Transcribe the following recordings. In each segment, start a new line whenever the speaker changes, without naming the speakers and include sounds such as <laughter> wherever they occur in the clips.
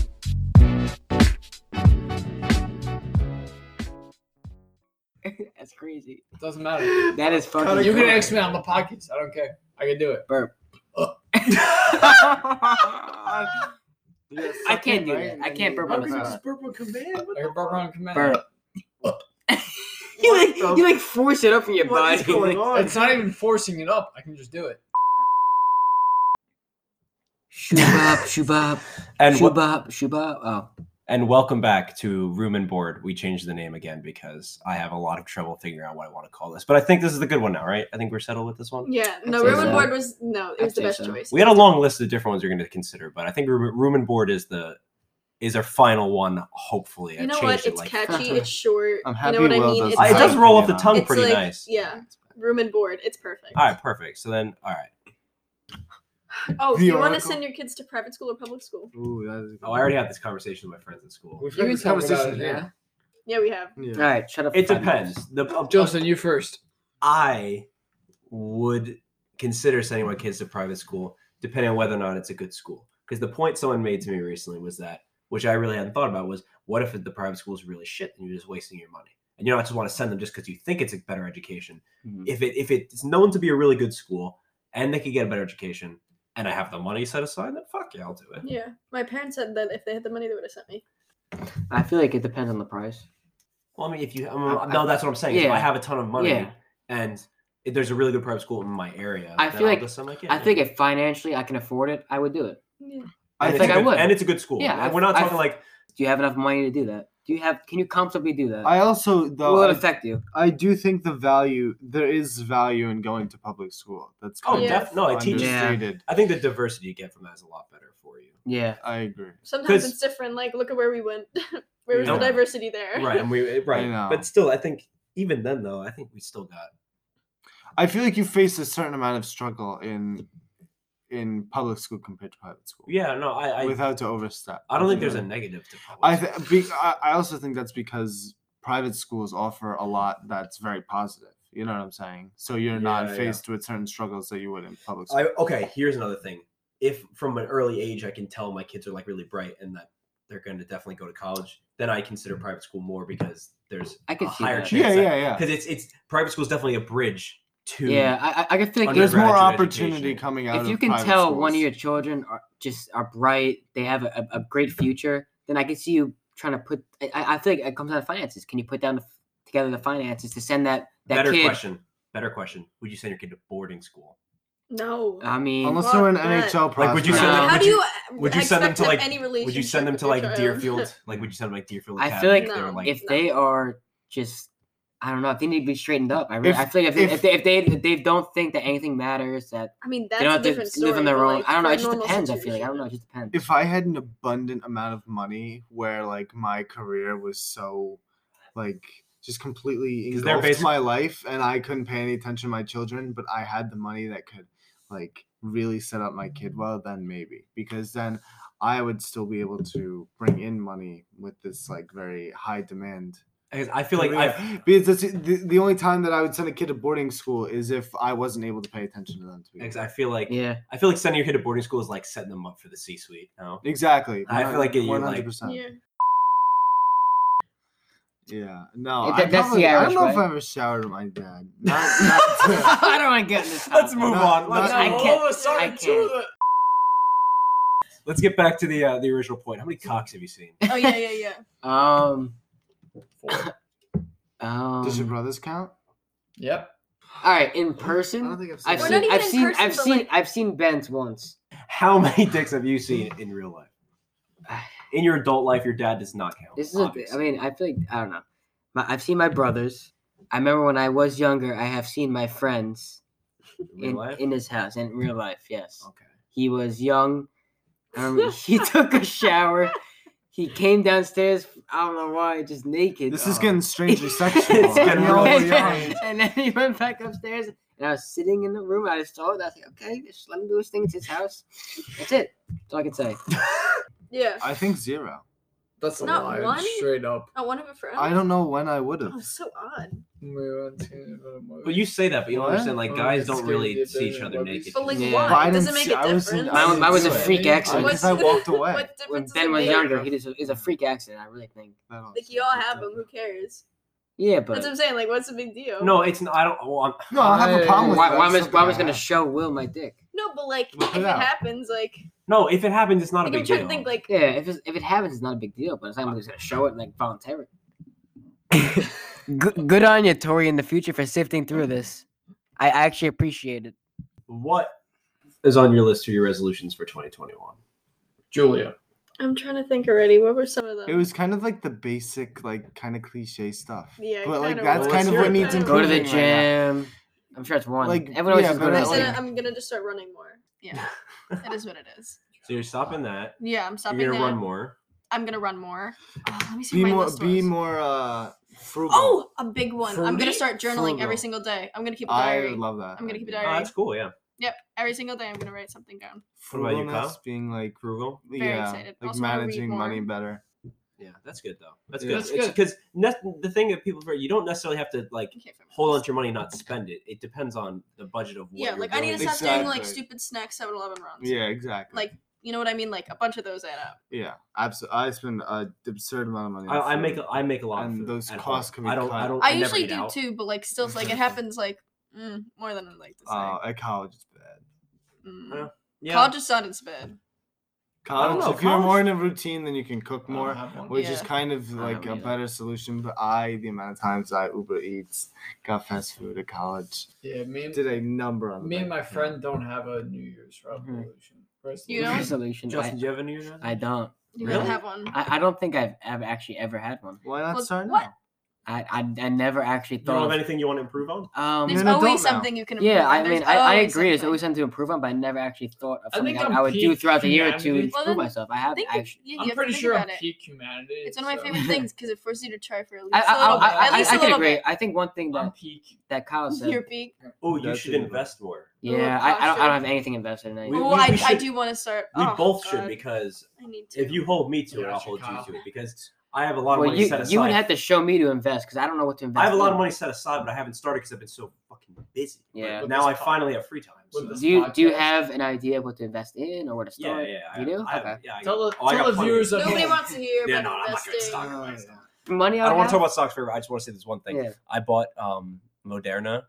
<laughs> That's crazy.
It doesn't matter.
That is fucking.
You can
crazy.
<laughs> ask me out of my pockets. I don't care. I can do it.
Burp. I can't do that. I can't burp
How
on
can
the
you
spot.
just burp on command? I can burp on command.
Burp. <laughs> you like
What the-
you like force it up in your
<laughs> What
body.
is
<laughs>
going
<laughs> like,
on?
It's not even forcing it up. I can just do it.
Shubop, shubop,
And w-
shubop, shubop. Oh,
and welcome back to Room and Board. We changed the name again because I have a lot of trouble figuring out what I want to call this. But I think this is the good one now, right? I think we're settled with this one.
Yeah, no,
I'd say
room and
so.
board was no, it
I'd
was the
say
best
so.
choice.
We had a long list of different ones you're going to consider, but I think Room Room and Board is the is our final one. Hopefully, I
You know
changed
what?
it
It's
like <laughs>
catchy. It's short.
I'm
you
happy
know what I
Will
mean?
does
It's
I- it
not-
does roll off the tongue
It's
pretty
like-
nice.
yeah, room and board. It's perfect.
All right, perfect. So then, all right.
Oh,
The
do you want to
Oracle.
send your kids to private school or public school?
Ooh, that is.
Oh, I already had this conversation with my friends at school.
We've had this conversation, yeah.
Yeah, we have.
Yeah.
all right. Shut up. for
It
five minutes.
depends. The
Justin, you first.
I would consider sending my kids to private school, depending on whether or not it's a good school. Because the point someone made to me recently was that, which I really hadn't thought about, was what if the private school is really shit and you're just wasting your money? And you don't just want to send them just because you think it's a better education.
Mhm.
If it if it's known to be a really good school and they could get a better education, and I have the money set aside, then fuck yeah, I'll do it.
Yeah, my parents said that if they had the money, they would have sent me.
I feel like it depends on the price.
Well, I mean, if you I
I-
mean, no, that's what I'm saying. If
yeah.
I have a ton of money
Yeah.
and if there's a really good private school in my area,
I
then
feel
I'll
like-
just, I'm like,
I
yeah.
think if financially I can afford it, I would do it.
Yeah.
I
And it's
think
a
I
good-
would.
And it's a good school.
Yeah,
Yeah,
I've-
we're not talking
I've-
like
Do you have enough money to do that? Do you have? Can you comfortably do that?
I also
Will
though
it
I,
affect you?
I do think the value there is value in going to public school. That's
oh,
kind
Yeah.
def- no, it
of
teaches.
Yeah.
understated.
I think the diversity you get from that is a lot better for you.
Yeah.
I agree.
Sometimes
'Cause-
it's different. Like, look at where we went. <laughs> where was
Yeah.
the diversity there?
Right, and we right,
know.
but still, I think even then though, I think we still got
I feel like you face a certain amount of struggle in in public school compared to private school.
yeah. No, I I,
without to overstep.
I don't think there's a
Yeah.
negative to public
I,
school.
th- be- I I also think that's because private schools offer a lot that's very positive. You know what I'm saying? So you're
Yeah,
not
yeah.
faced with certain struggles that you would in public school.
I, okay, here's another thing. If from an early age I can tell my kids are like really bright and that they're going to definitely go to college, then I consider private school more because there's
Mm. I could
a
see
higher
that.
chance.
yeah, yeah, yeah.
Because it's it's private school is definitely a bridge to
Yeah. I I- I can feel like
There's more
undergraduate
opportunity
education.
coming out.
if you
of
can
private
tell one of
schools.
your children are just are bright, they have a, a a great future, then I can see you trying to put. I- I, I feel like it comes down to finances. Can you put down the, f- together the finances to send that that
better
kid?
question. Better question. Would you send your kid to boarding school?
No.
I mean,
unless they're an
Fuck that.
NHL prospect.
Like, would you send
No.
them?
How
Uh, Would
do
you,
you?
would you send them
expect
to,
to have
like-
any
would you send them
relationship
to
with
like
your child?
Deerfield? like, would you send them like Deerfield?
I feel like
Academy they're like
if they are just, I don't know, if they need to be straightened up. I really,
If-
I feel like if they, if,
if-
they, if they if they don't think that anything matters, that
I mean, that's
they don't
a
have to
different story.
live on their
but,
own.
like,
I don't know. It
for a
just
normal
depends. I feel like I
situation-
don't know. It just depends.
if I had an abundant amount of money where like my career was so like just completely
'Cause they're
engulfed
basic-
my life and I couldn't pay any attention to my children, but I had the money that could like really set up my kid well, then maybe. Because then I would still be able to bring in money with this like very high demand.
Because I feel like
career.
I've,
because that's the, the only time that I would send a kid to boarding school is if I wasn't able to pay attention to them. To
because
exactly.
I feel like
<laughs>
yeah, <laughs>
I feel like sending your kid to boarding school is like setting them up for the C suite. No,
Exactly.
I feel like it- you're, like-
100%.
Yeah.
Yeah, no,
Yeah, that-
I
that's the
probably- I
Irish
don't know if
way.
I ever showered with my dad. Not,
<laughs>
not
I don't want to get in this.
let's
topic.
move
Not-
on.
not-
Let's,
I
move
can't-
on. Let's start
I
to
can't.
the- Let's get back to the uh, the original point. How many cocks have you seen?
Oh yeah, yeah, yeah.
Um,
Four.
to-
um.
does your brothers count?
Yep.
All right, in
I
person.
don't think I've seen.
I've
We're
that.
not
seen,
even
I've
in
seen,
person,
I've
but,
seen,
like-
I've seen Ben's once.
How many dicks have you seen in real
<sighs>
life? In your adult life, your dad does not count.
This is, a, I
obviously.
mean, I feel like I don't know. My, I've seen my brothers. I remember when I was younger, I have seen my friends
In real
in,
life?
in his house in real life. Yes,
okay.
he was young. I
<laughs>
remember he took a shower. He came downstairs. I don't know why, just naked.
This
<laughs>
is
Oh.
getting strangely sexual.
It's getting
Y'all
really
are
and,
young.
then, and then he went back upstairs, and I was sitting in the room. I just saw it. I was like, okay, just let him do his thing. It's his house. That's it. That's all I can say.
Yeah.
I think zero.
That's a
Not
lie.
one?
Straight up.
Oh, one of a friend.
I don't know when I would have.
Oh, so odd.
Well, you say that, but you don't
What?
understand. Like,
Oh,
guys
it's
don't
gonna be
really
a
see each
bit
other
of a
naked.
But like,
Yeah.
But I
why? It
didn't
doesn't make
see-
a
I was-
difference.
I
Mine, mine was a
Anyway.
freak accident.
Because I walked away.
What difference
when
does
Ben
it
was
make?
younger, he just is a freak accident. I really think.
I don't
Like
see
you all
it.
have them. Who cares?
Yeah,
That's
but
what I'm saying. Like, what's the big deal?
No, it's not. I don't. Well, I'm,
No, I don't have a problem with
why,
that.
why am I
It's
why
something
am I gonna
have.
show Will my dick?
No, but like,
Well,
if
put
it
it out.
happens, like,
no, if it happens, it's not a
like I'm
big
trying
deal.
to think, like,
Yeah, if it's, if it happens, it's not a big deal. But it's not like I'm just gonna show it like <laughs> voluntarily. good, good on you, Tori, in the future for sifting through this. I actually appreciate it.
what is on your list for your resolutions for 2021?
Julia.
I'm trying to think already. What were some of them?
It was kind of like the basic, like kind of cliche stuff.
Yeah, it
but like
kinda
that's
was.
kind of
Let's
what
hear it
needs
then.
Go to the
improving right now.
gym. I'm sure it's one.
Like,
Everyone always
yeah,
just go
but
to
I
the
it's
said
like-
gym.
I'm gonna just start running more. Yeah, that is what <laughs> it is.
So you're stopping that.
Yeah, I'm Uh, stopping
you're
that.
gonna run more.
I'm gonna run more. Oh, let me see
Be
what my
more,
list
be
was.
more uh, frugal.
Oh, a big one. I'm
Frugal.
gonna start journaling
Frugal.
every single day. I'm gonna keep a
I
diary.
love that.
I'm gonna keep a
idea.
diary.
Oh, that's cool. Yeah.
Yep, every single day I'm gonna write something down.
What about you,
Frugalness
Kyle?
being like,
Frugal.
Very
yeah,
excited.
like
Also wanna read
managing money
more.
better.
Yeah, that's good though. That's
Yeah.
good.
That's
It's
good.
because nothing. The thing that people forget, you don't necessarily have to like
Okay, for my
hold on
list.
to your money, and not spend it. It depends on the budget of what.
Yeah,
you're
like I need to
doing.
stop doing like
Exactly.
stupid snack 7-Eleven runs.
Yeah, exactly.
Like you know what I mean? Like a bunch of those add up.
yeah, absolutely. I spend an absurd amount of money. on
I, I
food.
make I make a lot of
And
food
those
at
costs
home.
can be
I don't. I
cut.
don't.
I,
never
usually
get
do
out.
too, but like still,
<laughs>
like it happens like mm, more than I'd like to say.
Uh, at college, it's bad.
Mm.
yeah. Yeah.
College is not as bad.
College,
know,
if you're more
college-
in
Uh-huh.
a routine, then you can cook more. which is
Yeah.
kind of
I
like
know,
a
yeah.
better solution. But I, the amount of times I Uber Eats, got fast food at college,
Yeah, me and,
did a number on. the
me and
bank
my
account.
friend don't have a New Year's resolution.
You know?
Resolution.
Justin,
I,
do you have a New Year's?
I don't.
You
Really?
gotta have one.
I, I don't think I've, I've actually ever had one.
Why not
Well,
start
what?
now?
I I, I never actually
You don't
thought.
have
of-
anything you want to improve on?
um,
There's
an adult
always
now.
something you can. Improve
Yeah,
on.
I
There's
mean, I, I
always
agree. There's
something.
always something to improve on, but I never actually thought of
I
something
think
I,
I'm
I would do
peak
throughout the year to
humanity.
improve
Well, then,
myself. I
I
haven't
think
actually.
you, you,
I'm
you have
pretty
to think
sure I'm
about it.
peak humanity.
It's one of my
so-
favorite things because it forces you to try for at least
I, I,
a little
I, I,
bit. At least
I
a
can
little
agree.
bit.
I think one thing
I'm
that,
peak.
that Kyle said.
Your peak.
Oh, you
That's
should
it.
invest more.
Yeah,
Ooh,
I, I, don't, I don't
awesome.
have anything invested in it.
We-
oh,
we-
I,
we
I
should-
do want to start.
We
oh,
both
God.
should because
I need to.
if you hold me to it,
Yeah,
I'll
should
hold you
Kyle.
to it because I have a lot of
well,
money
you,
set aside.
you would have to show me to invest because I don't know what to invest.
I have a lot of
in.
money set aside, but I haven't started because I've been so fucking busy.
Yeah.
But now I finally have free time. So.
With this
Do you do you
podcast.
have an idea of what to invest in or where to
Yeah,
start?
yeah, yeah.
You do?
I, I,
Okay.
yeah, I-
Tell the-
oh, I
tell
got
the
plenty.
viewers at
<laughs>
Nobody
home.
wants to hear
Yeah, no,
about
I'm not gonna
investing.
stop.
Oh,
Money.
I don't want
have?
to talk about stocks forever. I just want to say this one thing. I bought um Moderna,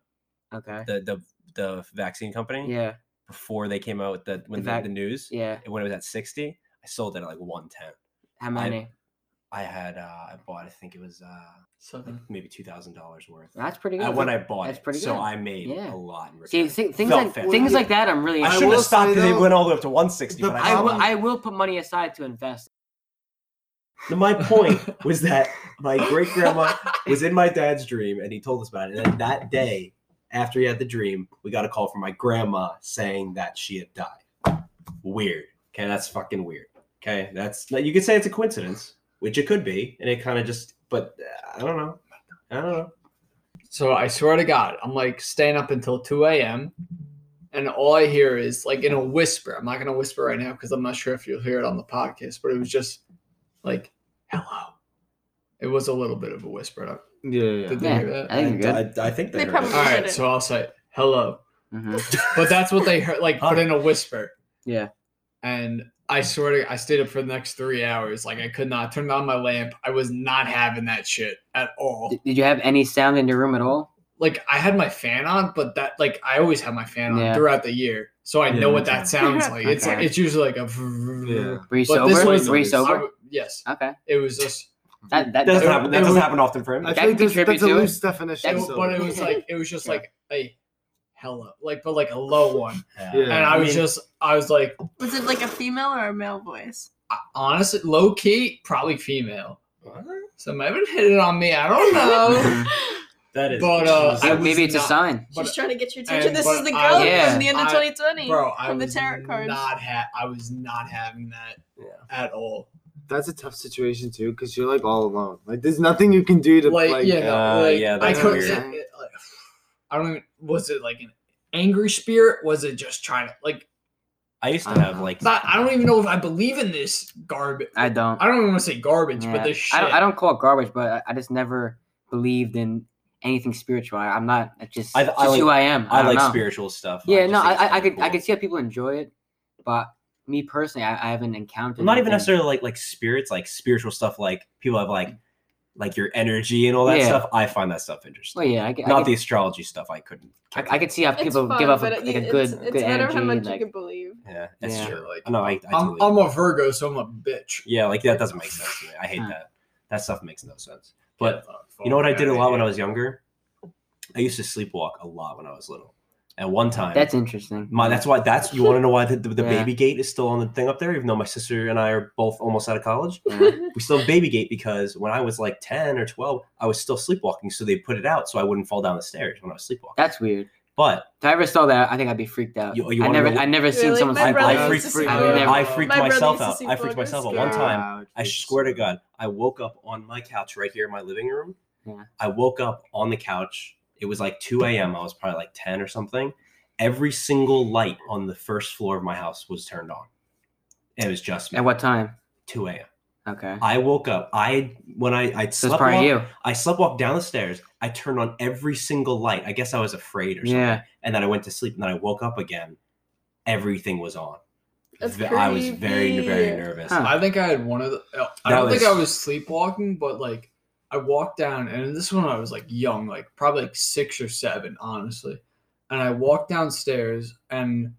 Yeah. Okay.
the the the vaccine company,
Yeah.
before they came out with the when
The
the,
vac-
the news.
Yeah.
And when it was at sixty, I sold it at like one ten.
How many?
I had uh I bought I think it was uh
Something.
maybe two thousand dollars worth.
That's pretty good.
At when I bought
That's
it,
pretty
so
good.
I made
Yeah.
a lot in return.
See, thi- things
Felt
like
fantastic.
things like that, I'm really.
I
I
should
will
have stopped
say,
because it
though,
went all the way up to 160.
the
But
I
I
will,
problem-
stopped.
I will put money aside to invest.
<laughs> my point was that my great grandma was in my dad's dream, and he told us about it. And then that day, after he had the dream, we got a call from my grandma saying that she had died. Weird. Okay, that's fucking weird. Okay, that's now, you could say it's a coincidence, which it could be, and it kind of just. But uh, I don't know. I don't know.
So I swear to God, I'm like staying up until 2 a.m. And all I hear is like in a whisper. I'm not going to whisper right now because I'm not sure if you'll hear it on the podcast, but it was just like, hello. It was a little bit of a whisper.
Yeah, yeah.
Did they
Yeah,
hear that?
I think you're good.
I, I think
They
heard
probably-
it.
All right, so I'll say hello.
Mhm.
But that's what they heard, like put in a whisper.
Yeah.
And I swear to I stayed up for the next three hours. Like I could not turn on my lamp. I was not having that shit at all.
Did, did you have any sound in your room at all?
like I had my fan on, but that like I always have my fan on
Yeah.
throughout the year, so I
Yeah,
know
me
what
too.
that sounds like. It's
Okay.
it's usually like a
Yeah.
yeah.
Were you
But
sober?
this was-
Were you
I
I,
sober?
w- yes,
Okay.
it was just
That that,
doesn't
It-
happen. That
it
doesn't
was-
happen often for him.
I
That
feel like that's,
contributes
that's a
to it.
loose definition.
That's-
it-
so-
but it was like it was just
Yeah.
like a hello, like but like a low one,
Yeah.
and I was
mean,
just I was like
Was it like a female or a male voice?
honestly low key probably female. So maybe it hit it on me. I
<laughs>
don't know.
<laughs> Mhm.
that is.
But, uh, I
Yeah,
was
maybe it's a
not-
sign.
But-
She's trying to get your attention.
and-
this
but
is the
I-
girl
Yeah.
from the end of
I-
2020.
Bro, I
from the
was
tarot cards.
not ha- I was not having that
Yeah.
at all.
that's a tough situation too, because you're like all alone. Like there's nothing you can do to
like,
like.
yeah,
uh,
like,
yeah,
I
that's
couldn't.
weird.
it- it- like, <sighs> I don't even. Was it like an angry spirit? Was it just trying to like?
I used to
I don't
have
know.
like.
Not, I don't even know if I believe in this garbage.
I don't.
I don't even want to say garbage,
Yeah.
but this shit.
I don't, I don't call it garbage, but I, I just never believed in anything spiritual. I, I'm not. It's just,
I- I
it's just
like-
who I am.
I,
don't
like
know.
spiritual stuff.
Yeah,
just
no, I,
think it's
I, I
kinda
could I
cool.
could see how people enjoy it, but me personally, I, I haven't encountered.
not even
anything.
necessarily like like spirits, like spiritual stuff. Like people have like like your energy and all that
Yeah.
stuff. I find that stuff interesting.
Well, yeah, I, get- I
Not
get-
the astrology stuff. I couldn't.
I, I could see how
It's
people
fun,
give off a,
but
like
it-
a
it's-
good,
it's,
good
matter
energy.
how much
and, like,
you can believe.
yeah, that's
Yeah. Um,
true.
Like,
No, I. I
I'm,
totally
I'm
agree.
a Virgo, so I'm a bitch.
Yeah, like that doesn't make sense to me. I hate
Huh.
that. That stuff makes no sense. But you know what I did a lot when I was younger? I used to sleepwalk a lot when I was little. At one time,
that's interesting.
my that's why that's you want to know why the, the,
<laughs>
the
Yeah.
baby gate is still on the thing up there, even though my sister and I are both almost out of college.
Yeah.
We still have baby gate because when I was like ten or twelve, I was still sleepwalking, so they put it out so I wouldn't fall down the stairs when I was sleepwalking.
That's weird.
but
If I ever saw that, I think I'd be freaked out.
You- you
I
wanna
never,
know-
I never seen
Really?
someone
My
sleep
brother
like
I
that.
freaked,
used to
I would never-
I freaked
My brother
myself
used to
out.
sleepwalk
I freaked
with
myself out
us,
one
yeah.
time.
Ouch,
I
bitch.
swear to God, I woke up on my couch right here in my living room.
Yeah.
I woke up on the couch. It was like 2 a.m. I was probably like 10 or something. Every single light on the first floor of my house was turned on. It was just me.
At what time?
2 a.m.
Okay.
I woke up. I when I I
So it's
slept
probably you.
I slept walk down the stairs. I turned on every single light. I guess I was afraid or something.
Yeah.
And then I went to sleep and then I woke up again. Everything was on.
That's
Ve- I was very very
creepy.
nervous.
Huh.
I think I had one of the. oh, I
That
don't think I
was-
was sleepwalking, but like I walked down, and this one I was like young, like probably like six or seven, honestly. And I walked downstairs, and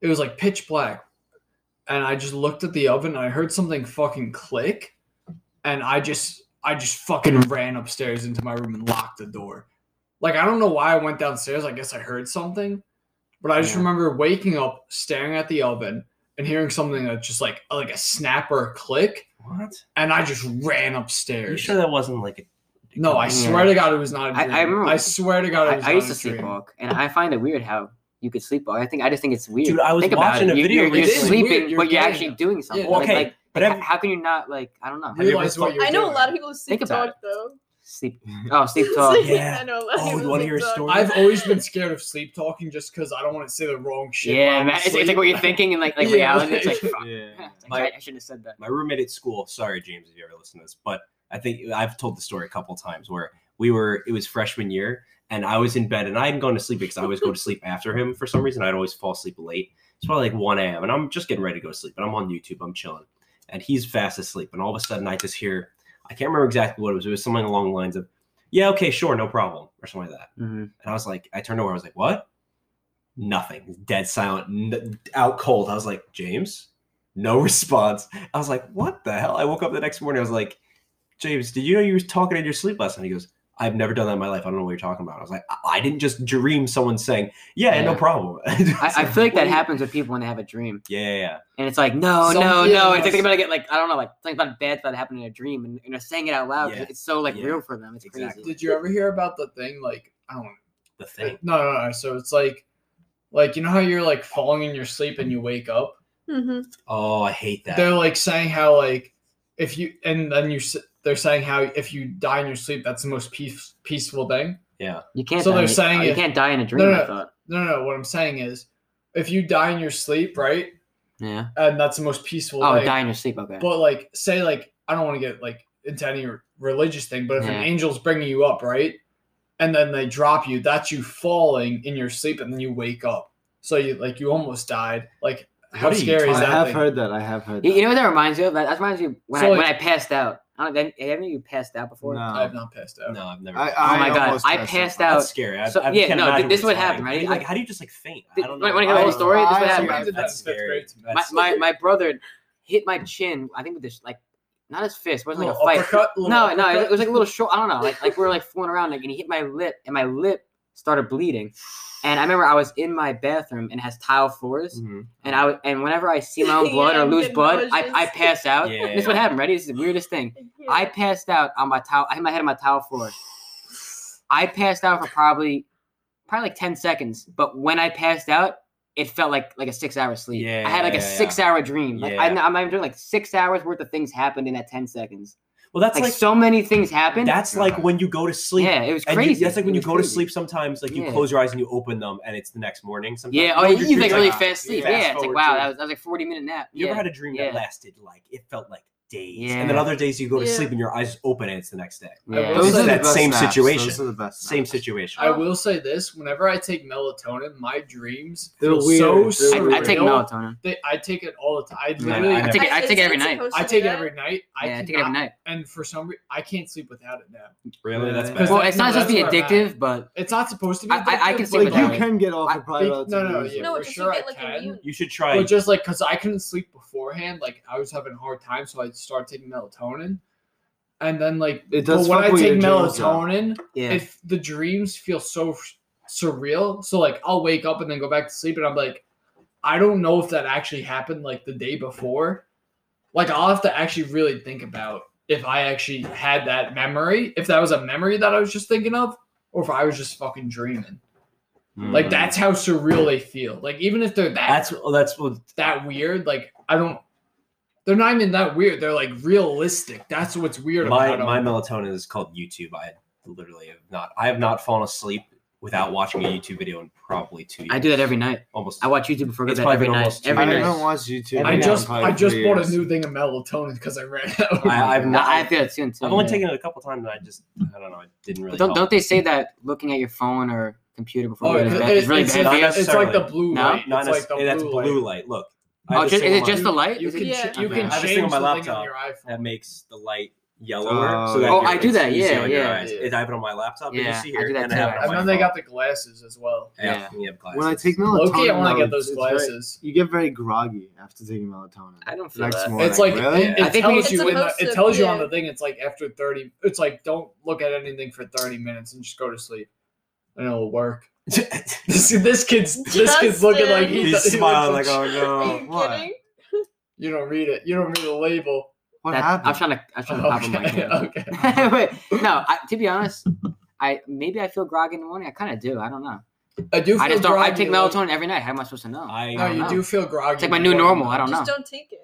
it was like pitch black. And I just looked at the oven, and I heard something fucking click, and I just I just fucking ran upstairs into my room and locked the door. Like I don't know why I went downstairs. I guess I heard something, but I just
Yeah.
remember waking up, staring at the oven, and hearing something that just like like a snap or a click,
What?
and I just ran
Are you
upstairs.
sure that wasn't like a
no, I swear to God, it was not a
I- I
dream. I,
remember-
swear to God, it
I,
was
I
not
used
a
to
dream.
sleepwalk, and I find it weird how you could sleepwalk. I think I just think it's weird.
Dude, I was
think about
watching
it.
a
You-
video
You're, you're
recently.
sleeping,
Weird, you're
but you're
doing
actually
it.
doing something.
Well,
Like-
okay,
like,
but
like,
every-
how can you not like? I don't know.
Have you ever
Realize
thought-
what you're
I know a
doing.
lot of people who sleep
Think about
talk though.
Sleep. Oh,
<laughs>
sleep talk.
Sleep-
Yeah.
<laughs> I know a lot of
Oh,
people
you wanna
sleep
hear a
talk.
story?
I've
<laughs>
always been scared of sleep talking just because I don't want to say the wrong shit. while
yeah,
I'm
man. It's, it's
asleep.
like
<laughs>
<laughs>
what you're thinking, and like like
Yeah,
reality. It's like, <laughs>
like-
fuck.
Yeah.
It's like,
My-
I, I shouldn't have said that.
my roommate at school sorry james if you ever listen to this but i think i've told the story a couple times where we were it was freshman year and i was in bed and i hadn't gone to sleep because i always go to sleep after him for some reason i'd always fall asleep late it's probably like 1 a.m and i'm just getting ready to go to sleep and i'm on youtube i'm chilling and he's fast asleep and all of a sudden i just hear i can't remember exactly what it was it was something along the lines of yeah okay sure no problem or something like that
hmm
and I was like, I turned over. I was like, what? Nothing. Dead silent. N- out cold. I was like, James, no <laughs> response. I was like, what the hell? I woke up the next morning. I was like, James, did you know you were talking in your sleep last night? He goes, I've never done that in my life. I don't know what you're talking about. I was like, I, I didn't just dream someone saying, yeah, no
Yeah.
problem. <laughs>
I, I feel like that happens with people when they have a dream.
Yeah, yeah, yeah.
And it's like, no,
Some-
no,
yeah,
no. It's
no.
like they're gonna get like I don't know, like something about a bad thought happened in a dream, and, and they're saying it out loud. 'cause
Yeah.
It's so like
Yeah.
real for them. It's
Exactly.
crazy.
Did you ever hear about the thing? Like I don't.
The thing.
No, no, no. So it's like, like you know how you're like falling in your sleep and you wake up.
Mhm.
Oh, I hate that.
They're like saying how like if you and then you s- they're saying how if you die in your sleep, that's the most peace, peaceful thing.
You can't.
So
die
they're
in-
saying
you
if-
can't die in a dream.
no.
I thought.
No, no, no. What I'm saying is, if you die in your sleep, right,
Yeah.
and that's the most peaceful.
oh,
thing.
die in your sleep. Okay.
But like, say like I don't want to get like into any r- religious thing, but if
Yeah.
an angel's bringing you up, right, and then they drop you, that's you falling in your sleep, and then you wake up. So you like you almost died. Like how
What are you
scary is
I
that?
have
thing?
heard that. I have heard.
you,
That.
you know what that reminds you of? That, that reminds me of when
So,
I
like-
when I passed out. I don't. Have any of you passed out before?
I've
No.
not passed out.
no, I've never.
I,
Oh
I
my god!
almost
I passed
out.
out.
that's scary. I,
so-
I
yeah,
can't
no,
imagine
this is what
retiring.
happened, right?
Like,
I-
how do you just like faint? I
Th-
don't know.
wanna- wanna hear the whole
I-
story? This is what
I-
happened.
I did that
That's
in fifth
scary.
grade.
My,
That's-
my my brother hit my chin. I think with this like not his fist. It wasn't like a
Little
fight.
uppercut, little
No, no, it was,
uppercut.
it was like a
<laughs>
little short. I don't know. Like, like we were like fooling around, like, and he hit my lip, and my lip started bleeding. And I remember I was in my bathroom and it has tile floors,
Mhm.
and I would- and whenever I see my own
<laughs> Yeah,
blood or
you
lose
get
blood, I,
nauseous.
I pass out.
Yeah,
This is what
yeah.
happened. Ready? This is the weirdest thing.
Yeah.
I passed out on my towel. I hit my head on my towel floor. I passed out for probably probably like ten seconds. But when I passed out, it felt like like a six hour sleep.
Yeah,
I had like
yeah,
a
yeah.
six hour dream. Like
Yeah.
I'm, I'm not even doing like six hours worth of things happened in that ten seconds.
Well, that's
Like,
like
so many things happened.
That's like when you go to sleep.
Yeah, it was
and
crazy.
You, that's like when
It
you
was
go to
crazy.
sleep sometimes, like you
Yeah.
close your eyes and you open them and it's the next morning. Sometimes.
Yeah. Oh,
No,
you,
your
you like
dream's
really
like-
fast sleep.
fast
yeah. It's like
forward
wow,
dream.
that was, that was like forty minute nap.
You
yeah.
ever had a dream
Yeah.
that lasted like it felt like days,
Yeah.
and then other days you go to
Yeah.
sleep and your eyes open and it's the next day.
Yeah.
Yeah.
Those are
that same situation.
Those are the best.
Same
naps.
situation.
I
uh,
will say this: whenever I take melatonin, my dreams
They're
feel so
weird. They're
surreal.
I, I take melatonin.
They, I take it all the time. I
Yeah,
literally,
I
I,
never-
take,
take it- I take it every night.
it every night. I,
yeah, I
cannot,
take it every night.
and for some reason, I can't sleep without it now.
Really, that's
Because
bad.
Well,
that-
it's
no,
not supposed to be
that's where I'm
addictive, but
It's not supposed to be.
I- I- I can
addictive, but,
sleep
Like,
without
like,
it.
you can get off
I-
of probably
no, no, yeah.
No,
for
it's just
sure
you get
I
like
can.
immune.
You should try.
But just like, cause I couldn't sleep beforehand, like I was having a hard time, so I started taking melatonin, and then like, but
It does
when
fuck
I
with
take
your dreams, though.
melatonin,
yeah.
if the dreams feel so surreal, so like I'll wake up and then go back to sleep, and I'm like, I don't know if that actually happened like the day before. Like I'll have to actually really think about if I actually had that memory, if that was a memory that I was just thinking of, or if I was just fucking dreaming. Like that's how surreal they feel. Like even if they're that
Mm. Hmm. That's that's what
that weird. Like I don't. They're not even that weird. They're like realistic. That's what's weird
my
about them.
my melatonin is called YouTube. I literally have not. I have not fallen asleep without watching a YouTube video in probably two years.
I do that every night.
almost.
I watch YouTube before I go
It's
to bed every
probably been
night.
almost two
Every
I
years.
night.
haven't watched YouTube.
I
in
just
probably
I just
three
bought a
years.
new thing of melatonin because I ran
<laughs>
out.
I, I've
No, <laughs>
not.
I
I've,
feel that soon too.
only
yeah.
taken it a couple times, and I just I don't know. It didn't really.
But don't don't
help.
they say that looking at your phone or computer
Oh,
before you
it,
go to bed
it-
is really
it's,
bad?
not
for you?
it's, it's like the blue
No?
light.
Not
it's like the
necessary- that's
blue light.
blue light. Look, I
Oh,
have a
just- is
single
it just
light
the light?
You
Is it
can,
just-
you
okay. I have
can
a
change
single
the
on my
thing on
laptop.
your iPhone.
that makes the light yellower?
Oh.
so that
Oh,
your-
I do
it's
that,
easy
yeah,
on your
yeah.
eyes. It- I have it on my laptop.
Yeah,
you see
I
here,
do that
and I
too,
have it on
And
my
then they
phone.
got the glasses as well.
Yeah,
Yeah.
we have glasses.
When I take melatonin,
Loki, I want
though,
to get those
it's- it's very-
glasses.
you get very groggy after taking melatonin.
I don't feel
Next
that.
morning,
It's like
really?
it,
I
it
think we-
tells
It's
you in the,
supposed
it
to-
tells you on
yeah.
the thing. It's like after thirty. It's like don't look at anything for thirty minutes and just go to sleep, and it'll work. This this kid's this kid's looking like he,
He's
he <laughs>
smiling like,
looks-
oh
Are
<laughs>
no.
you
what?
kidding?
You don't read it. You don't read the label.
What
That-
happened?
I was trying to I was trying to pop on
<laughs>
my
Okay.
camera.
okay.
<laughs> Wait, no. I, to be honest, I maybe I feel groggy in the morning. I kind of do. I don't know.
I do. Feel
I just don't. I
groggy,
take
like-
melatonin every night. How am I supposed to know? I,
I
No, you
know.
do feel groggy.
It's like my
in
new
the morning.
normal. I don't know.
Just don't take it.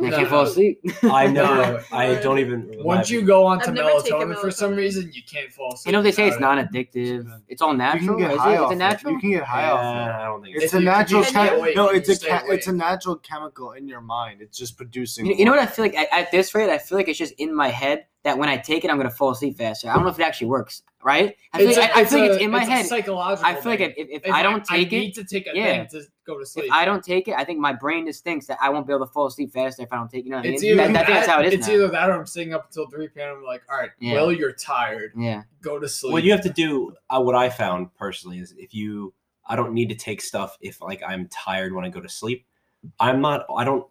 I
No.
can't fall asleep.
I
No.
never. I don't even.
Once you go onto
I've never taken
melatonin for some
melatonin.
reason, you can't fall asleep.
You know they say it's
without
non addictive. It's all
you can
natural.
get
Is
high
it? It's
off
a
it.
natural.
You can get high off it.
I don't think
It's
it's.
a
you-
natural.
you stay
Chem-
awake,
no,
you
it's a
stay
ca- it's a
awake.
natural chemical in your mind. It's just producing.
You, you know what
more.
I feel like at, at this rate? I feel like it's just in my head that when I take it, I'm gonna fall asleep faster. I don't know if it actually works, right? I feel,
It's
like,
a-
I, I feel like it's
a-
in my
a
head.
psychological.
I feel like
thing.
if, if,
It's
I don't
like,
take
I
it,
need to take a
yeah.
thing to go to sleep.
if I don't take it, I think my brain just thinks that I won't be able to fall asleep faster if I don't take. You know, what I
it's
mean?
either
That, I think that's how it is.
It's
now.
either that or I'm staying up until three p.m. I'm like, all right,
Yeah.
well, you're tired.
yeah,
Go to sleep.
Well, you have to do. Uh, what I found personally is if you. I don't need to take stuff if like I'm tired when I go to sleep. I'm not. I don't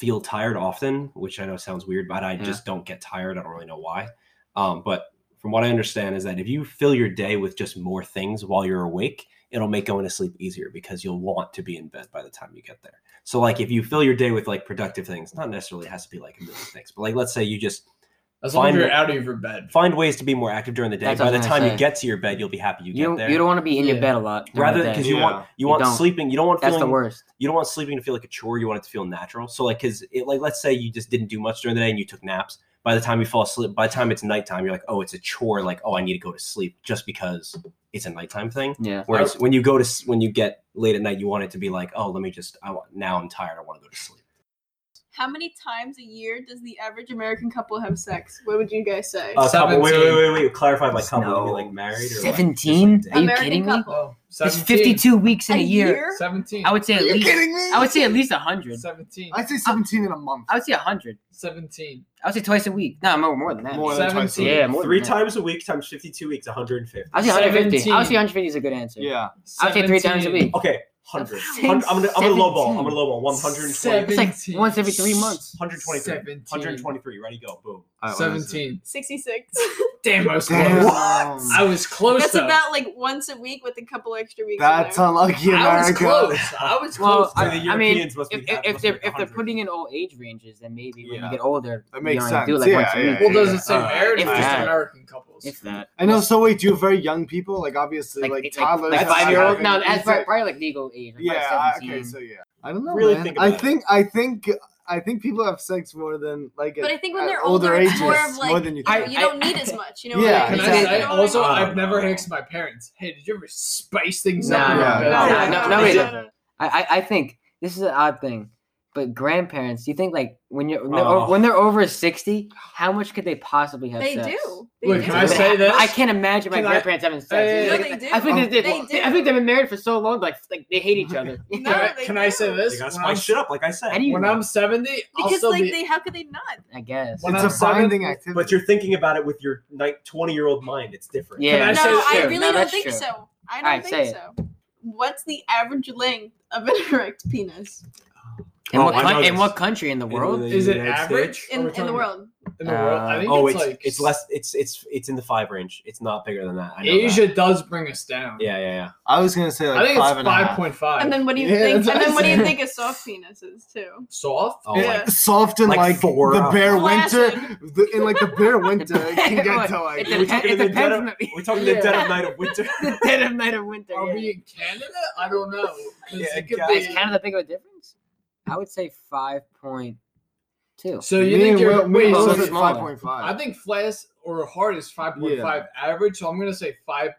feel tired often, which I know sounds weird, but I
Yeah.
just don't get tired. I don't really know why. Um, but from what I understand is that if you fill your day with just more things while you're awake, it'll make going to sleep easier because you'll want to be in bed by the time you get there. So like if you fill your day with like productive things, not necessarily has to be like a million things, but like let's say you just
as long as
find-
you're out of your bed.
find ways to be more active during the day.
That's what
by
I
the
was
time
gonna say.
you get to your bed, you'll be happy you
you
get
don't,
there.
you don't want to be in your
Yeah.
bed a lot. during
Rather
the day.
because you want you
You
want
don't.
sleeping, you don't want
that's
feeling
the worst.
you don't want sleeping to feel like a chore. You want it to feel natural. So like, cause it, like, let's say you just didn't do much during the day and you took naps. By the time you fall asleep, by the time it's nighttime, you're like, oh, it's a chore. Like, oh, I need to go to sleep just because it's a nighttime thing.
Yeah,
Whereas when you go to s- when you get late at night, you want it to be like, oh, let me just. I want now. I'm tired. I want to go to sleep.
How many times a year does the average American couple have sex? What would you guys say?
Uh, couple, wait, wait,
Seventeen.
wait, wait. Clarify by couple.
No.
No. like married or like, just,
seventeen.
Like,
Are you
American
kidding me?
couple.
Oh,
It's
17.
fifty-two weeks in a year.
Seventeen.
I would say at
Are you
least.
kidding me?
I would say at least hundred.
Seventeen.
I'd say 17 in a month.
I would say hundred.
Seventeen.
I would say twice a week. No, more more than that.
More than twice a
Seventeen.
week.
yeah, more
Three
than that.
times a week times 52 weeks, 150.
I would say 150. I would say
17.
150 is a good answer.
Yeah.
I would say three times a
17.
week.
Okay, 100.
Six,
Hun- I'm gonna I'm gonna lowball. I'm
17.
gonna lowball. 120.
It's like
17.
once every three months.
123.
Seventeen.
123. Ready, go. Boom.
All right, what is it?
Seventeen.
66.
Damn, I was
Damn.
close. I <laughs> was close.
That's
though.
about like once a week with a couple extra weeks. in
That's
there.
unlucky,
I was
America.
close. I was
Well,
close.
I,
So the
I mean,
Europeans must be
if,
happy-
if
must be
they're if they're
100.
putting in all age ranges, then maybe when
Yeah.
you get older,
That makes
you know, you do
sense.
like
Yeah,
once a
yeah,
week.
yeah.
well, does it say
Uh,
married
if
or just
that.
American couples?
If that,
I know. So wait, do you have very young people? Like obviously,
like,
like,
it's like,
toddlers.
like
have
five year old.
having-
No, that's
it's like-
probably, probably like legal age. like
yeah. I-
17.
Okay, so yeah. I don't know.
Really
man.
think
I
about it.
think I think I think people have sex more than like. uh,
But
at-
I think when
at
they're older, it's more
ages,
of like
more than you
you, know,
think.
you don't need as much. You know
Yeah,
what I
Can
mean?
I
exactly. Uh,
say, also,
I don't
I've never
know.
asked my parents, hey, did you ever spice things
No,
up?
no,
a little bit?"
no, no, no,
They
wait.
did.
I, I I think this is an odd thing. But grandparents, do you think like when you're when they're,
Oh.
when they're over sixty, how much could they possibly have
They
sex?
do. They
Wait,
do.
can I say this?
I can't imagine my
Can I-
grandparents having sex.
Hey,
No,
Like,
they do.
I think they, they,
They do.
I think they've been married for so long, like like they
<laughs>
hate each
<laughs>
other.
No,
Can, I,
they
can I say
do.
this?
They got to
When I'm-
spice shit up, like I said.
How do you?
when
know?
I'm 70, I'll
Because
still
like
be.
they, how could they not?
I guess.
When I'm
it's a binding activity.
but you're thinking about it with your like 20 year old mind. It's different.
Yeah,
I
no,
say
I
true.
really
No,
don't
that's
think
true.
so. I don't
Alright, say
think
it.
so. What's the average length of an <laughs> erect penis
In,
Oh,
what
I know
coun- in
this.
what country in the world? <laughs>
the
is it
United
average? Are we
in, in the
talking-
world?
In the world? I
Uh,
think
Oh,
it's,
it's
like.
it's less. It's it's it's in the five range. It's not bigger than that. I know that.
Asia does bring us down.
Yeah, yeah, yeah.
I was gonna say like
I think
five
it's
and a half.
5.5.
And then what do you
Yeah,
think?
that's
And
what
then
I
what do you
said.
think of soft penises too?
Soft?
Oh,
Yeah.
my
soft and
Like
like,
four
the
up.
bare
Flaccid.
winter, the, in like the bare winter, it can get to like.
It,
We're
depen-
talking
it
in the dead
depends.
of-
on the-
We're talking
Yeah.
the dead of night
<laughs>
of winter.
the dead of night of winter.
Are
yeah.
we in Canada? I don't know. 'Cause
Yeah,
it could
guys.
be-
Is Canada big of a difference? I would say five point two.
So you think you're
me
wait?
Will-
So
Will-
you-
smaller.
five point five?
I think flash or hard is five point five average. So I'm gonna say five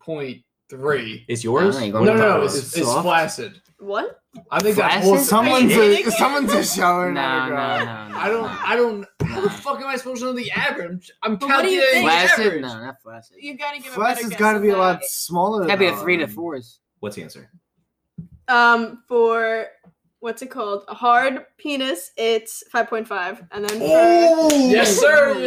point three.
Is
I
yours?
don't know,
No,
What
no,
are
no.
you
It's,
talking about?
it's,
Soft?
flaccid.
What?
I think that's
Flaccid?
more.
someone's
Are you
a,
kidding me?
someone's a
no,
shower.
no, no, no.
I don't.
no.
I don't. How the
Nah.
fuck am I supposed to know the average? I'm
But what do
counting
you
the
think?
Flaccid?
average.
No, not flaccid.
You gotta give
Flex
a better
has
guess
got to
than
be a
that.
lot smaller.
That'd be a
though,
three to
and-
fours.
What's the answer?
Um, for what's it called? A hard penis, it's five point five, and then for
Oh!
Oh!
Yes, sir. Yes,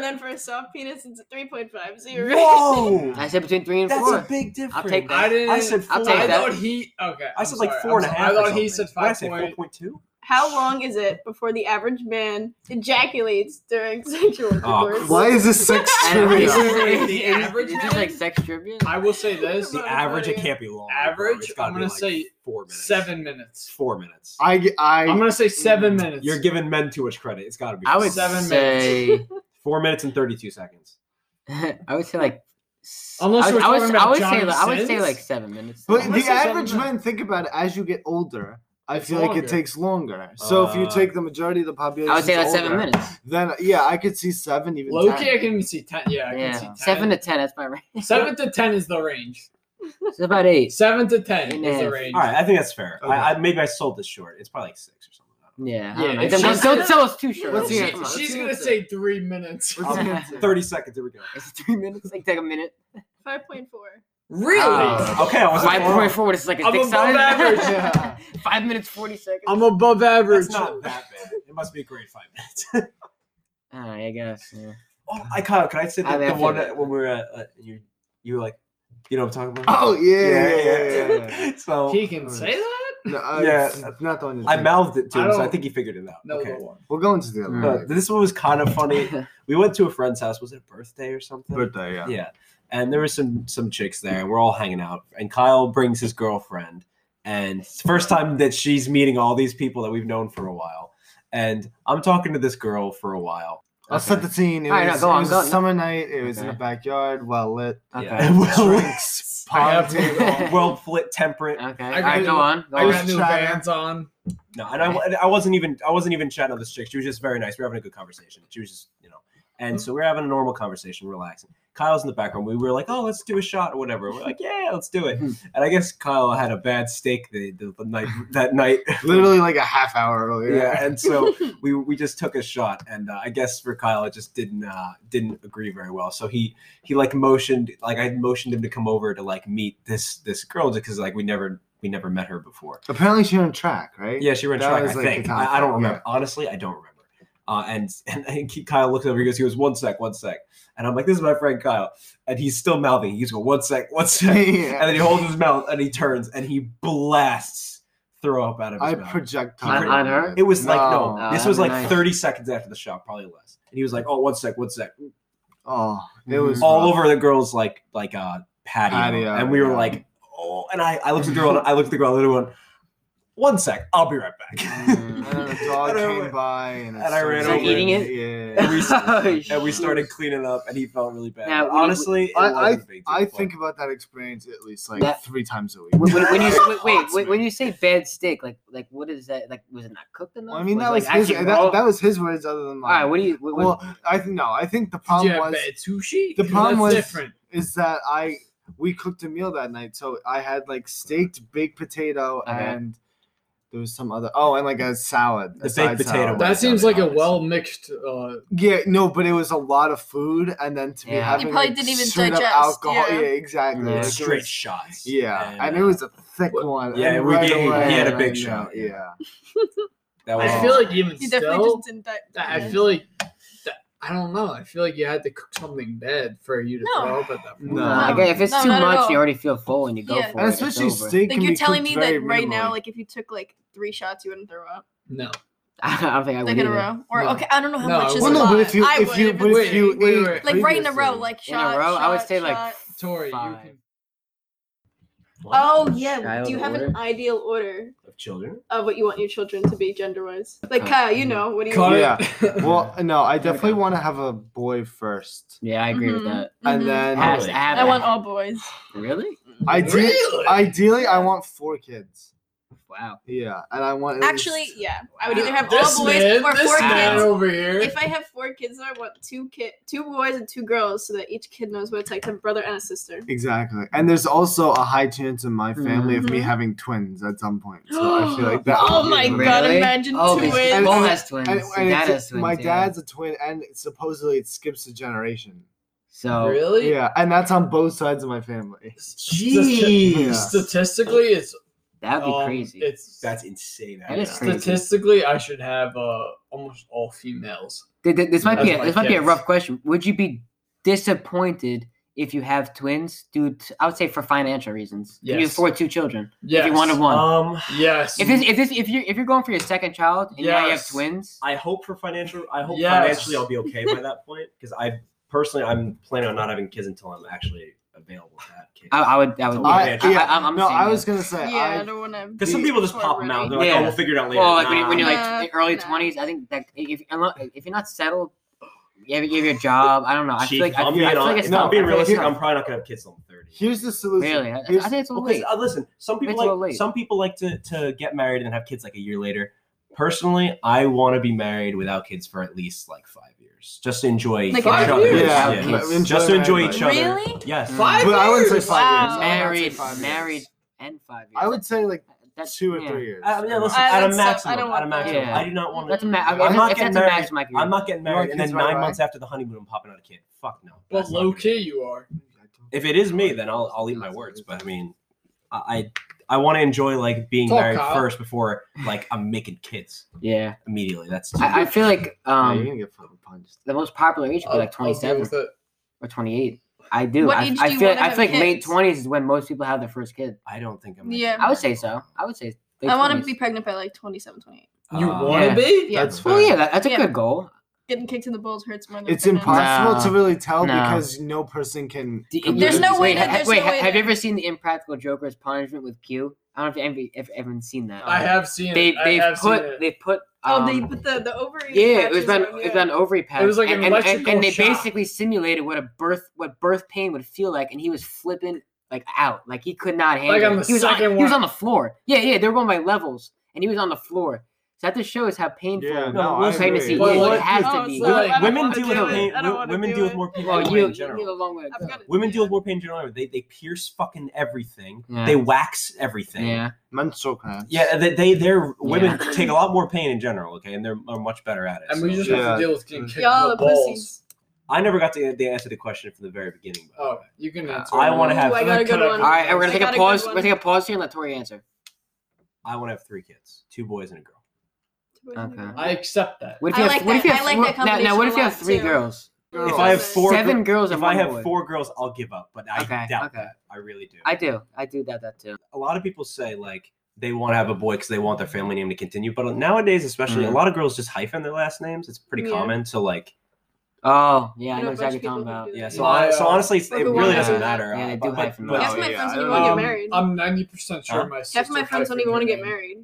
sir.
then for a soft penis, it's three point five. So you're
<laughs>
right. <laughs>
Whoa,
I said between three and
that's
four.
a big difference.
take that.
I didn't.
I said
I'll
four.
take
I
that.
thought he. Okay.
I
I'm
said like
sorry.
four and a
I'm
half.
sorry.
or
I thought he said
something. What did I
five
say
point.
four point two.
How long is it before the average man ejaculates during <laughs> sexual intercourse?
Why is this
<laughs>
sex
And
<laughs>
trivia?
it's just-
The
it's- it's-
average
it's just
man?
like sex trivia.
I will say this.
The average, it can't be long. bro.
Average,
It's gotta
I'm
be,
gonna
like,
say
four minutes.
Seven minutes.
Four minutes.
I g- I-
I'm gonna say seven minutes.
Mm, You're giving men too much credit. It's got to be.
I would
Seven
say.
four minutes and thirty-two seconds.
<laughs> I would say like. s-
Unless
I would,
we're
I would,
talking
I would
about
say, like- I would say
Johnson's?
like seven minutes.
but
I'm
the
gonna say
average
something.
men think about it as you get older. I
It's
feel like
longer.
it takes longer. So if you
Uh,
take the majority of the population,
I would say
that's
that's seven minutes.
Then yeah, I could see seven even.
low
10.
key. I can even see ten. Yeah, I can see
Yeah,
ten.
seven to ten. That's my range.
<laughs> seven to ten is the range.
<laughs> It's about eight.
Seven to ten
Yeah.
is the range.
All right, I think that's fair.
Okay.
I, I maybe I sold this short. It's probably like six or something. I don't
Yeah.
Yeah,
I don't know.
if
It's-
she's
so-
gonna-
so it's too short.
Let's
She-
hear it.
Come on.
Let's
she's
hear
gonna
it.
say three minutes.
Let's hear it.
know.
<laughs>
Thirty seconds. Here we go.
It's three minutes. Like take a minute.
Five point four.
Really?
Uh,
Okay, I was
Five
wrong.
point four is like a
oh, I'm
dick
above
size. <laughs>
average.
Yeah.
Five minutes forty seconds.
I'm above average.
That's not that bad. It must be a great five minutes.
All right, I guess.
<laughs>
Yeah. <laughs>
Oh, I Kyle, can I say the,
I mean,
the
I
one
feel-
that when we were at, uh, you you were like, you know what I'm talking about?
Oh yeah, yeah, yeah. yeah, yeah.
so
He can say that.
No, I,
Yeah.
it's not the one. you're
I
thinking.
mouthed it to
I
him, so I
don't-
think he figured it out.
No,
okay.
the one.
We'll go into the other.
Uh,
one.
this one was kind of funny. We went to a friend's house. Was it a birthday or something?
Birthday, yeah.
yeah and there were some some chicks there and we're all hanging out and kyle brings his girlfriend and it's the first time that she's meeting all these people that we've known for a while and i'm talking to this girl for a while
I'll set the scene. It
All right, no,
was,
go
it
on,
was
go
a
on.
summer night. It was in
Okay.
the backyard, well
<laughs>
lit.
Okay.
Yeah. well,
Drinks,
<laughs> I have
party.
to-
well flit temperate
Okay.
I
All right,
got-
go on. Go
I
on.
was
got new
trying.
bands on.
no and I, and I wasn't even i wasn't even chatting with this chick she was just very nice we were having a good conversation she was just you know and so we we're having a normal conversation relaxing kyle's in the background we were like oh let's do a shot or whatever we're like yeah let's do it and i guess kyle had a bad steak the, the, the night that night
Literally like a half hour earlier.
yeah and so we we just took a shot and uh, i guess for kyle it just didn't uh didn't agree very well so he he like motioned like i motioned him to come over to like meet this this girl just because like we never we never met her before
Apparently she on track, right?
yeah she ran
That
track i
was, like, the
think I, I don't
concept,
remember honestly i don't remember uh, and <laughs> and I keep- Kyle looks over. He goes, he goes, one sec, one sec. And I'm like, this is my friend Kyle, and he's still mouthing. He's going, one sec, one sec.
<laughs> <laughs> Yeah.
And then he holds his mouth and he turns and he blasts throw up out of his
I
mouth.
projectile.
On- on her?
It was like no,
No.
this was like
Nice.
30 seconds after the shot, probably less. And he was like, "Oh, one sec, one sec,"
Oh, it
Mm-hmm.
was
all
rough.
over the girl's like like uh patio,
Patio,
and we were
yeah.
like, "Oh!" And I I looked at the girl, and I looked at the girl, and I went, "One sec, I'll be right
<laughs>
back."
Mm.
And
<laughs>
then a dog
And I
came
went-
by and,
and I ran
over eating it?
and, <laughs>
Yeah.
we,
<laughs> Oh,
and we started cleaning up, and he felt really bad.
Now,
But
we-
honestly, it
I-
wasn't a big deal.
I think about that experience at least like
That-
three times a week.
When, when
<laughs>
you
<laughs>
wait, wait,
Haunts
wait,
me.
when you say bad steak, like like what is that? Like was it not cooked enough?
Well, I mean that
it,
was
like,
his
actually
that,
raw?
that was his words other than
All right,
mine.
what do you? What, what-
Well, I think no. I think the
Did you
problem
have
was
bad sushi?
the
'Cause
problem
that's
was-
different.
is that I we cooked a meal that night, so I had like steaked baked potato
Okay.
and There was some other. Oh, and like a salad. a
The baked
side
potato
salad.
one.
That
That's
seems
not
like
very
a
honest.
well mixed. Uh,
Yeah, no, but it was a lot of food, and then to be
Yeah. You
having
probably
like,
didn't even
straight up
digest,
alcohol.
yeah.
Yeah, exactly.
Yeah,
Like, it
straight
was-
shots.
yeah, and, it
uh,
was a thick
Well,
one.
yeah,
and
we
right
gave- he
away,
had a
I
big
know,
shot, yeah.
Yeah,
that was
I feel like even
You definitely
still,
just didn't. Di-
that- I feel like that, I don't know. I feel like you had to cook something bad for you to
No.
throw up at that. point.
No.
Nah, like, if it's
No,
too
not at
much,
all.
and you already feel full, and you go
Yeah.
for
and
it.
especially
it's over.
steak.
like
can
you're
be
telling
cooked
me
very
that right now,
minimally.
like if you took like three shots, you wouldn't throw up.
No.
<laughs> I don't think I would.
Like in a
either.
row, or
No.
okay, I don't know how
No, I
much is
well,
a
no,
lot.
but if you
I
if you
would,
but
Wait,
if you
wait,
ate
wait.
like right in a row,
previously-
like
In a
shot,
row, I would
shot,
say like
shot.
Tori,
five.
you can.
Oh yeah,
Child
do you have an
order?
ideal order
of children.
of what you want your children to be gender wise? Like
Uh,
Kyle, you
mm-hmm.
know what do you?
Cut it. <laughs>
Well, no, I definitely want to have a boy first,
Yeah, I agree with
Mhm.
that.
and
Mhm.
then
Has-
Really?
have-
I want all boys.
Really?
ideally,
Really?
ideally, I want four kids.
Wow.
Yeah, and I want at
Actually,
least-
yeah, I would either have all
this
boys
man,
or
this
four
man
kids.
over here.
If I have four kids, I want two kid, two boys and two girls, so that each kid knows what it's like to have a brother and a sister.
Exactly, and there's also a high chance in my family of me
Mhm.
having twins at some point. So I
<gasps>
feel like that.
oh
would be
my
amazing.
god!
Really?
Imagine
Oh,
two
because
twins.
Paul
And-
has twins.
And,
your
and
dad
it's-
has twins.
my
yeah.
dad's a twin, and supposedly it skips a generation.
So
really?
Yeah, and that's on both sides of my family.
Stati-
Yeah.
Statistically, it's
that'd be
um,
crazy.
It's
That's insane.
That is crazy.
statistically, I should have uh, almost all females.
Th- th- this might be
That's
a,
my
this might be a
guess.
rough question. Would you be disappointed if you have twins? Due to, I would say for financial reasons. If You
Yes.
afford two children.
Yes.
If you wanted one.
Um,
Yes.
if this, if this, if you if you're going for your second child and now you have
Yes.
twins,
I hope for financial. I hope
Yes.
financially I'll be okay by that point because I personally I'm planning on not having kids until I'm actually available to have kids.
I, I would I would.
I-
I, I,
yeah,
I'm, I'm
no,
saying
I
that.
was gonna say,
yeah, I,
I,
don't want to.
Because some people just pop them out. and They're like,
Yeah.
"Oh, we'll figure it out later."
Well, like when, you-
Nah.
when you're like
Nah.
in early
Nah.
twenties, I think that if unlo- if you're not settled, you have, you have your job. I don't know. I
Chief,
feel like I
I'm
feel, I
being
feel
hon-
like it's
if I'm
tough.
being
I feel like it's
realistic.
tough.
I'm probably not gonna have kids till I'm 30.
here's the solution.
really. I, I
Here's-
think it's a little
Because
late.
uh, listen, some people
It's a little
like
late.
some people like to to get married and then have kids like a year later. Personally, I want to be married without kids for at least like five years, just to enjoy
Like
each
five
other.
years? Mm.
yeah,
Yeah.
but enjoy
just to enjoy each other.
Really?
Yes.
Five
But I wouldn't say
years?
five
Wow.
years. I would say
married,
five years.
married, and five years.
I would say like
That's-
two or
yeah.
three years.
Uh, yeah, listen,
I-
at a
that's so- I
maximum,
don't
at
want
a
that.
maximum.
Yeah.
I do not want
That's
to.
a ma- I mean,
I'm
if
not
it's- if
getting
it's a
married.
maximum, I agree.
I'm not getting
You want
married, and
kids
then
right
nine
away?
months after the honeymoon, I'm popping out a kid. Fuck no.
But
That's not
low
gonna
key,
be-
you are.
If it is me, then I'll I'll eat my words. But I mean, I I, I want to enjoy like being
Fuck,
married
Kyle.
first before like I'm making kids
Yeah,
immediately. That's
I, I feel like
Yeah, you're
um
gonna get fucking punched.
the most popular age would
Oh,
be like
I'll- I'll deal
27
with it.
or 28. I do.
What
I,
age do
I
you
feel
wanna
I
have
feel like late
kids?
20s is when most people have their first kid.
I don't think I'm. gonna
Yeah.
get
I would say
married.
so. I would say. late
I want to
20s.
be pregnant by like 27, 28.
You
Uh,
want to
yeah.
be?
Yeah.
That's
Well,
fair.
yeah, that, that's a
Yeah.
good goal.
Getting kicked in the balls hurts more than
It's
pregnant.
impossible
Nah.
to really tell
Nah.
because no person can.
Do-
completely-
There's no way
wait,
that-
ha-
there's
wait,
no
ha-
way
have
that-
you ever seen the Impractical Joker's punishment with Q? I don't know if every- if everyone's seen that.
I have seen
They
it. I
they
have seen
put
it.
they put
Oh,
um,
they put the the ovary.
yeah, it was about
patches
it
on,
was
yeah.
about an ovary patch.
was like an
and, and, and,
electrical
and they
shock.
basically simulated what a birth what birth pain would feel like, and he was flipping like out, like he could not handle.
Like on
it.
the
he was on,
second
he was
one.
on the floor. Yeah, yeah, they were going by levels, and he was on the floor. So that just shows how painful
Yeah,
no,
no, I
pregnancy
agree.
But
is.
what-
It has
Oh,
to be.
it's like- I don't
women
wanna
deal
do
with
it.
pain.
I don't wanna
Women
do
deal with
it.
more pain.
well,
than
you
men in
you
general.
have a long way to
I've
go.
got it.
Women deal with more pain generally. They they pierce fucking everything.
Yeah.
They wax everything.
Yeah,
menstrual cramps.
Yeah, they, they their women
Yeah.
take a lot more pain in general, okay, and they're are much better at it.
And we
so-
just
Yeah.
have to deal with getting kicked
Y'all
in the
are
balls.
pussies.
I never got to the answer to the question from the very beginning. But
Oh, you can answer.
I wanna
it.
have- Ooh,
I got a good one.
All right, and we're
I
gonna take
got
a
a good
pause.
one.
We're gonna take a pause here and let Tori answer.
I want to have three kids, two boys and a girl.
Okay.
I accept that.
What if
I
you have,
like
what if
that-
you have
I like
four-
that
now, now, what if
combination
you
a
have
lot,
three
too.
girls?
Girls.
If I have four,
Seven girls and
if I
one
have
boy.
four girls, I'll give up. But I
Okay,
doubt
okay.
that. I really do.
I do. I do that that too.
a lot of people say like they want to have a boy because they want their family name to continue. But nowadays, especially, a
Mhm.
lot of girls just hyphen their last names. It's pretty
Yeah.
common. So like,
Oh, yeah, I know
You know a
exactly
bunch of
what you're talking
people who
about.
do that.
yeah. So,
Yeah.
hon- so honestly, it's-
Or
it
who
really
wanna-
doesn't matter.
Yeah,
I-
they do
but- but-
hyphen
but-
Half
Oh,
my
yeah,
friends
I
don't
don't
even want to
know.
get
Um,
married.
I'm 90% sure
Huh?
my sister.
Half my friends don't even want to get married.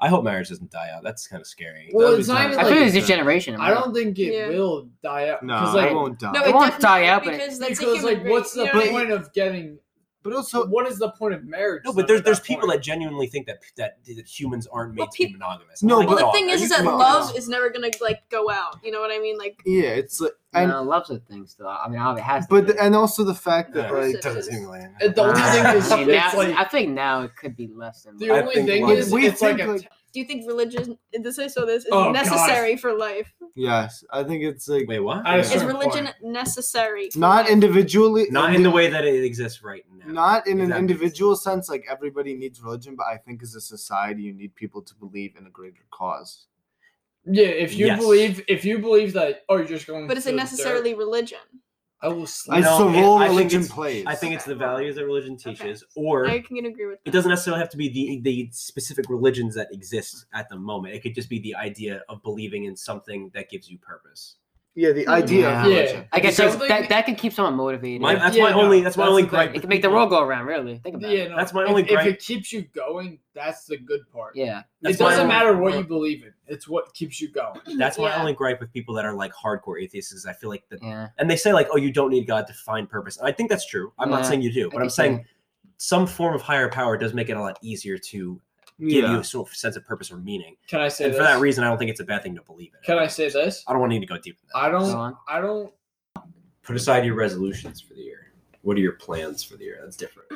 I hope marriage doesn't die out. That's kind of scary.
Well,
That'd
it's
be
not
tough.
even
I
like.
feel it's a generation.
I don't think it
Yeah.
will die out.
No,
because
I
like,
won't die.
it won't
definitely-
die out, but it-
because that's a
because
human
like, what's the
rate, you know what I
point of getting
But also,
what is the point of marriage?
No,
then,
but
at
there's there's
that
people
point?
that genuinely think that that, that humans aren't made
Well,
to be
peop-
monogamous.
No,
I'm
but-
Well, the
dog, <laughs>
thing
are
is,
you
is that
come on.
love is never gonna like go out. You know what I mean? Like,
yeah, it's like, and
no, love's a thing still. I mean, it has. to
but
be.
the, and also the fact that
Yeah.
like
It doesn't seem
And the only
<laughs>
thing is,
I, mean,
it's
Ah. now-
like-
I think now it could be less than.
The
love.
I
only
think
thing
one-
is,
We
it's like,
think,
a
like-
do you think religion? This I saw this is
Oh, God.
necessary for life.
yes, I think it's like
Wait, what?
I
Is
Sure,
religion
fine.
necessary? For
not
life?
individually,
Not in the way that it exists right now.
not in an
Exactly.
individual sense. Like everybody needs religion, but I think as a society, you need people to believe in a greater cause.
yeah. If you
Yes.
believe, if you believe that, oh, you're just going.
But is
to
it
the dirt,
necessarily religion?
I will
I
slap.
It's
know,
the
it-
role
I think
religion
it's-
plays.
I think it's the values that religion teaches, or
I can agree with that.
it doesn't necessarily have to be the the specific religions that exist at the moment. It could just be the idea of believing in something that gives you purpose.
yeah, the idea
Yeah.
of religion.
Yeah.
I guess
Because
that's,
like-
that that can keep someone motivated.
My, that's
Yeah,
my
no,
only. That's my
that's
only
the
gripe.
thing.
it
with-
can make the world go around. Really, think about
Yeah,
it.
no,
That's my
if-
only
If
gripe.
it keeps you going, that's the good part.
Yeah,
That's
it
my
doesn't
only-
matter what you believe in; it's what keeps you going.
That's my
Yeah.
only gripe with people that are like hardcore atheists. Is I feel like the
yeah.
and they say like, oh, you don't need God to find purpose. And I think that's true. I'm not
Yeah.
saying you do, but
I
I'm
think
saying some form of higher power does make it a lot easier to give you a sort of sense of purpose or meaning.
Can I say
and
this?
for that reason, I don't think it's a bad thing to believe in.
Can I say this?
I don't want to need to go deep. In that.
I
Go
don't.
on.
I don't.
Put aside your resolutions for the year. What are your plans for the year? That's different.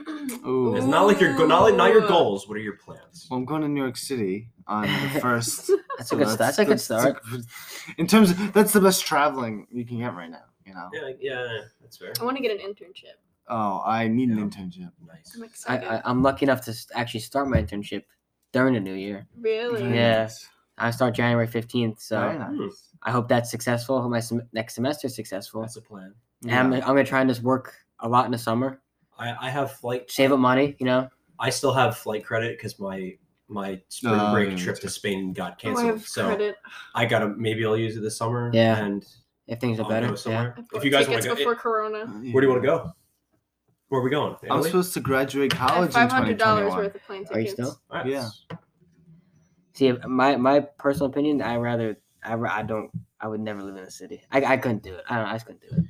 Ooh.
It's not like your go- not like not your goals. What are your plans?
Well, I'm going to New York City on
<laughs>
the first.
That's a good. start. That's a good start.
<laughs> In terms, of, that's the best traveling you can get right now. You know.
Yeah, yeah, that's fair.
I want to get an internship.
Oh, I need
Yeah.
an internship.
Nice.
I'm
I,
excited.
I, I'm lucky enough to s- actually start my internship during the new year.
really?
Yeah. I start January 15th, so
Very nice.
Hmm.
I hope that's successful. I hope my sem- next semester is successful.
That's a plan.
And I'm, I'm gonna try and just work a lot in the summer,
I, I have flight.
save up money. You know,
I still have flight credit because my my spring
Oh,
break
yeah,
trip
that's
to
right.
Spain got
Oh, I
canceled.
have
so
credit.
I gotta maybe I'll use it this summer.
Yeah.
and
if things are
I'll
better.
go
Yeah.
somewhere.
I
If
bought
you guys want
tickets
to go,
before Corona.
where do you want to go? Where are we
I
going?
was
Italy?
supposed to graduate
I have
college in
five hundred dollars
2021.
worth of plane tickets.
Are you still?
Alright.
Yeah.
See, my my personal opinion, I rather I ra- I don't I would never live in a city. I, I couldn't do it. I don't. I just couldn't do it.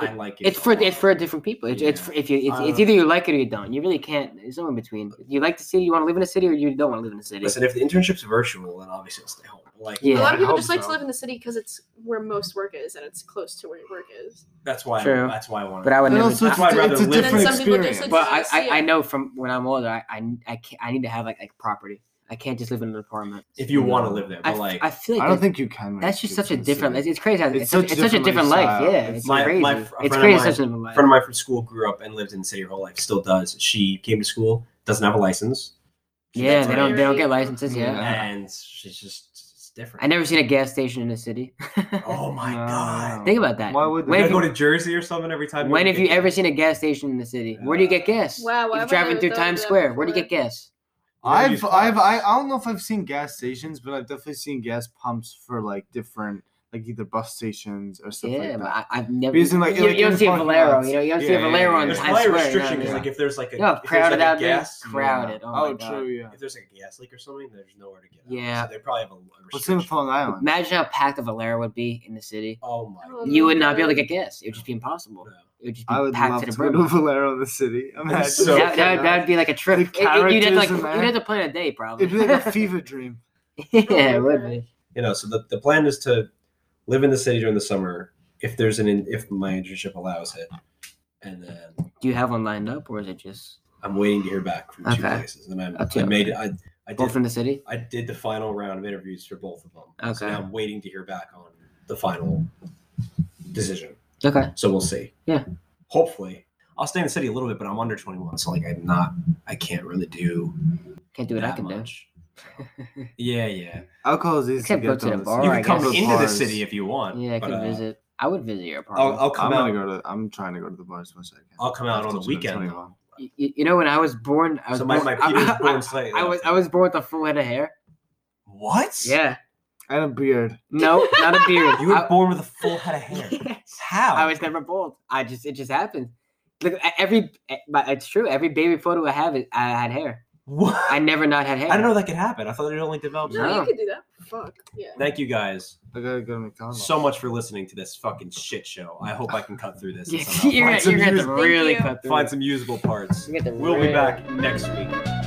I like it.
It's for it's for different people. It's, it's
Yeah.
for, if you it's,
I
it's
don't-
either you like it or you don't. You really can't. There's no in between. You like the city, you want to live in a city, or you don't want to live in a city.
Listen, if the internship's virtual, then obviously I'll stay home. Like
Yeah.
a lot
I
of people
hope
just like to
so.
live in the city because it's where most work is and it's close to where your work is.
that's why.
True.
That's why I want.
but I would
And
never.
also,
That's
it's,
why I'd
a-
rather
it's a
live in-
different
And some people just
experience.
like-
but I,
just
I,
see
I
it.
know from when I'm older, I I, I, can't, I need to have like, like property. I can't just live in an apartment.
if you want to live there,
Mm-hmm. I,
but
f-
like
I feel like
I don't
that-
think you can. make
that's
it
just
to
such a
the
different. It's,
city.
it's crazy. how- It's, such, it's such a different life.
lifestyle.
Yeah,
It's
it's
My-
crazy.
my fr- a
it's
friend of
crazy.
mine-
such a different life.
a friend of mine from school grew up and lived in the city her whole life. Still does. She came to school, doesn't have a license,
yeah, they don't they don't
Yeah.
get licenses. Yeah,
Yeah.
and she's just it's different.
Ah. I never seen a gas station in the city.
Oh my
No,
god.
no.
Think about that.
Why would
When
When I
have
go
you,
to Jersey or something every time.
when
we
have you
get-
ever seen a gas station in the city? Where do you get gas?
Wow,
If
why
you're
would I
driving
have
through
thought of
Times
that
Square, where do you
before?
get gas?
I've,
use
I've, I,
cars.
I don't know if I've seen gas stations, but I've definitely seen gas pumps for like different, like either bus stations or stuff
Yeah,
like that.
but I, I've never.
Because in, like-
you,
like
you
in
don't see a
parking
Valero,
lots.
you know. You don't see
Yeah,
a
yeah,
Valero
yeah.
on
There's
Times
probably a
Square.
restriction
you know,
because like if there's like a
No,
if there's,
crowded
like, a
out there,
gas,
crowded. Oh,
oh,
my God.
true, yeah.
If there's like a gas leak or something, there's nowhere to get. out.
Yeah.
so they probably have a, a
Well, same with
restriction.
Long Island.
Imagine how packed a Valero would be in the city.
Oh my.
Oh
You
my
would not be able to
God.
get gas. It would just be impossible.
God.
It would just be
I would
packed
love
to
to
the
go to <laughs>
brim.
Valero in the city. Imagine.
so
that, that, that would be like a trip.
The
It- it- you'd have to like
characters in
you'd
that.
have to plan a day probably.
It'd be like a fever dream.
yeah, it would be.
You know, so the, the plan is to live in the city during the summer if there's an in, if my internship allows it, and then
Do you have one lined up, or is it just
I'm waiting to hear back from two
Okay.
places, and I'm
Okay.
I made it. I I did
both in the city?
I did the final round of interviews for both of them. So
Okay.
now I'm waiting to hear back on the final decision.
Okay.
So we'll see.
Yeah.
Hopefully. I'll stay in the city a little bit, but I'm under 21, so like I'm not, I can't really do
Can't do what
that
I can do. <laughs>
much. yeah, yeah.
Alcohol is easy
Except
to
go
get
to
to
the
in the
bar,
city.
you
I
can come
guess.
into the
bars.
city if you want.
Yeah, I
but,
could
uh,
visit. I would visit your apartment.
I'll, I'll come
I'm gonna
out.
go to. I'm trying to go to the bars as much as I can.
I'll come out on the
Since I'm
weekend.
21.
Y- y- you know, when I was born, I was
So my,
born, <laughs>
my Peter's
I,
born slightly.
I, I <laughs> was I was born with a full head of hair.
What?
Yeah.
And a beard.
No, not a beard.
<laughs> You were
I-
born with a full head
<laughs>
of hair. How?
I was never bald. I just it just happened. Look, e- every e- but it's true. Every baby photo I have, it, I had hair.
What?
I
I,
never not had hair.
don't know that could happen. I thought it only developed.
No,
No.
you could do that. Fuck. Yeah.
Thank you guys
I gotta go to McDonald's.
so much for listening to this fucking shit show. I hope I can cut through this.
<laughs> Yeah,
somehow.
you're,
Find
gonna-
some
you're gonna have
use-
to
Thank
really
you.
cut through.
find
it.
some usable parts.
You're gonna have to
We'll be
really-
back next week.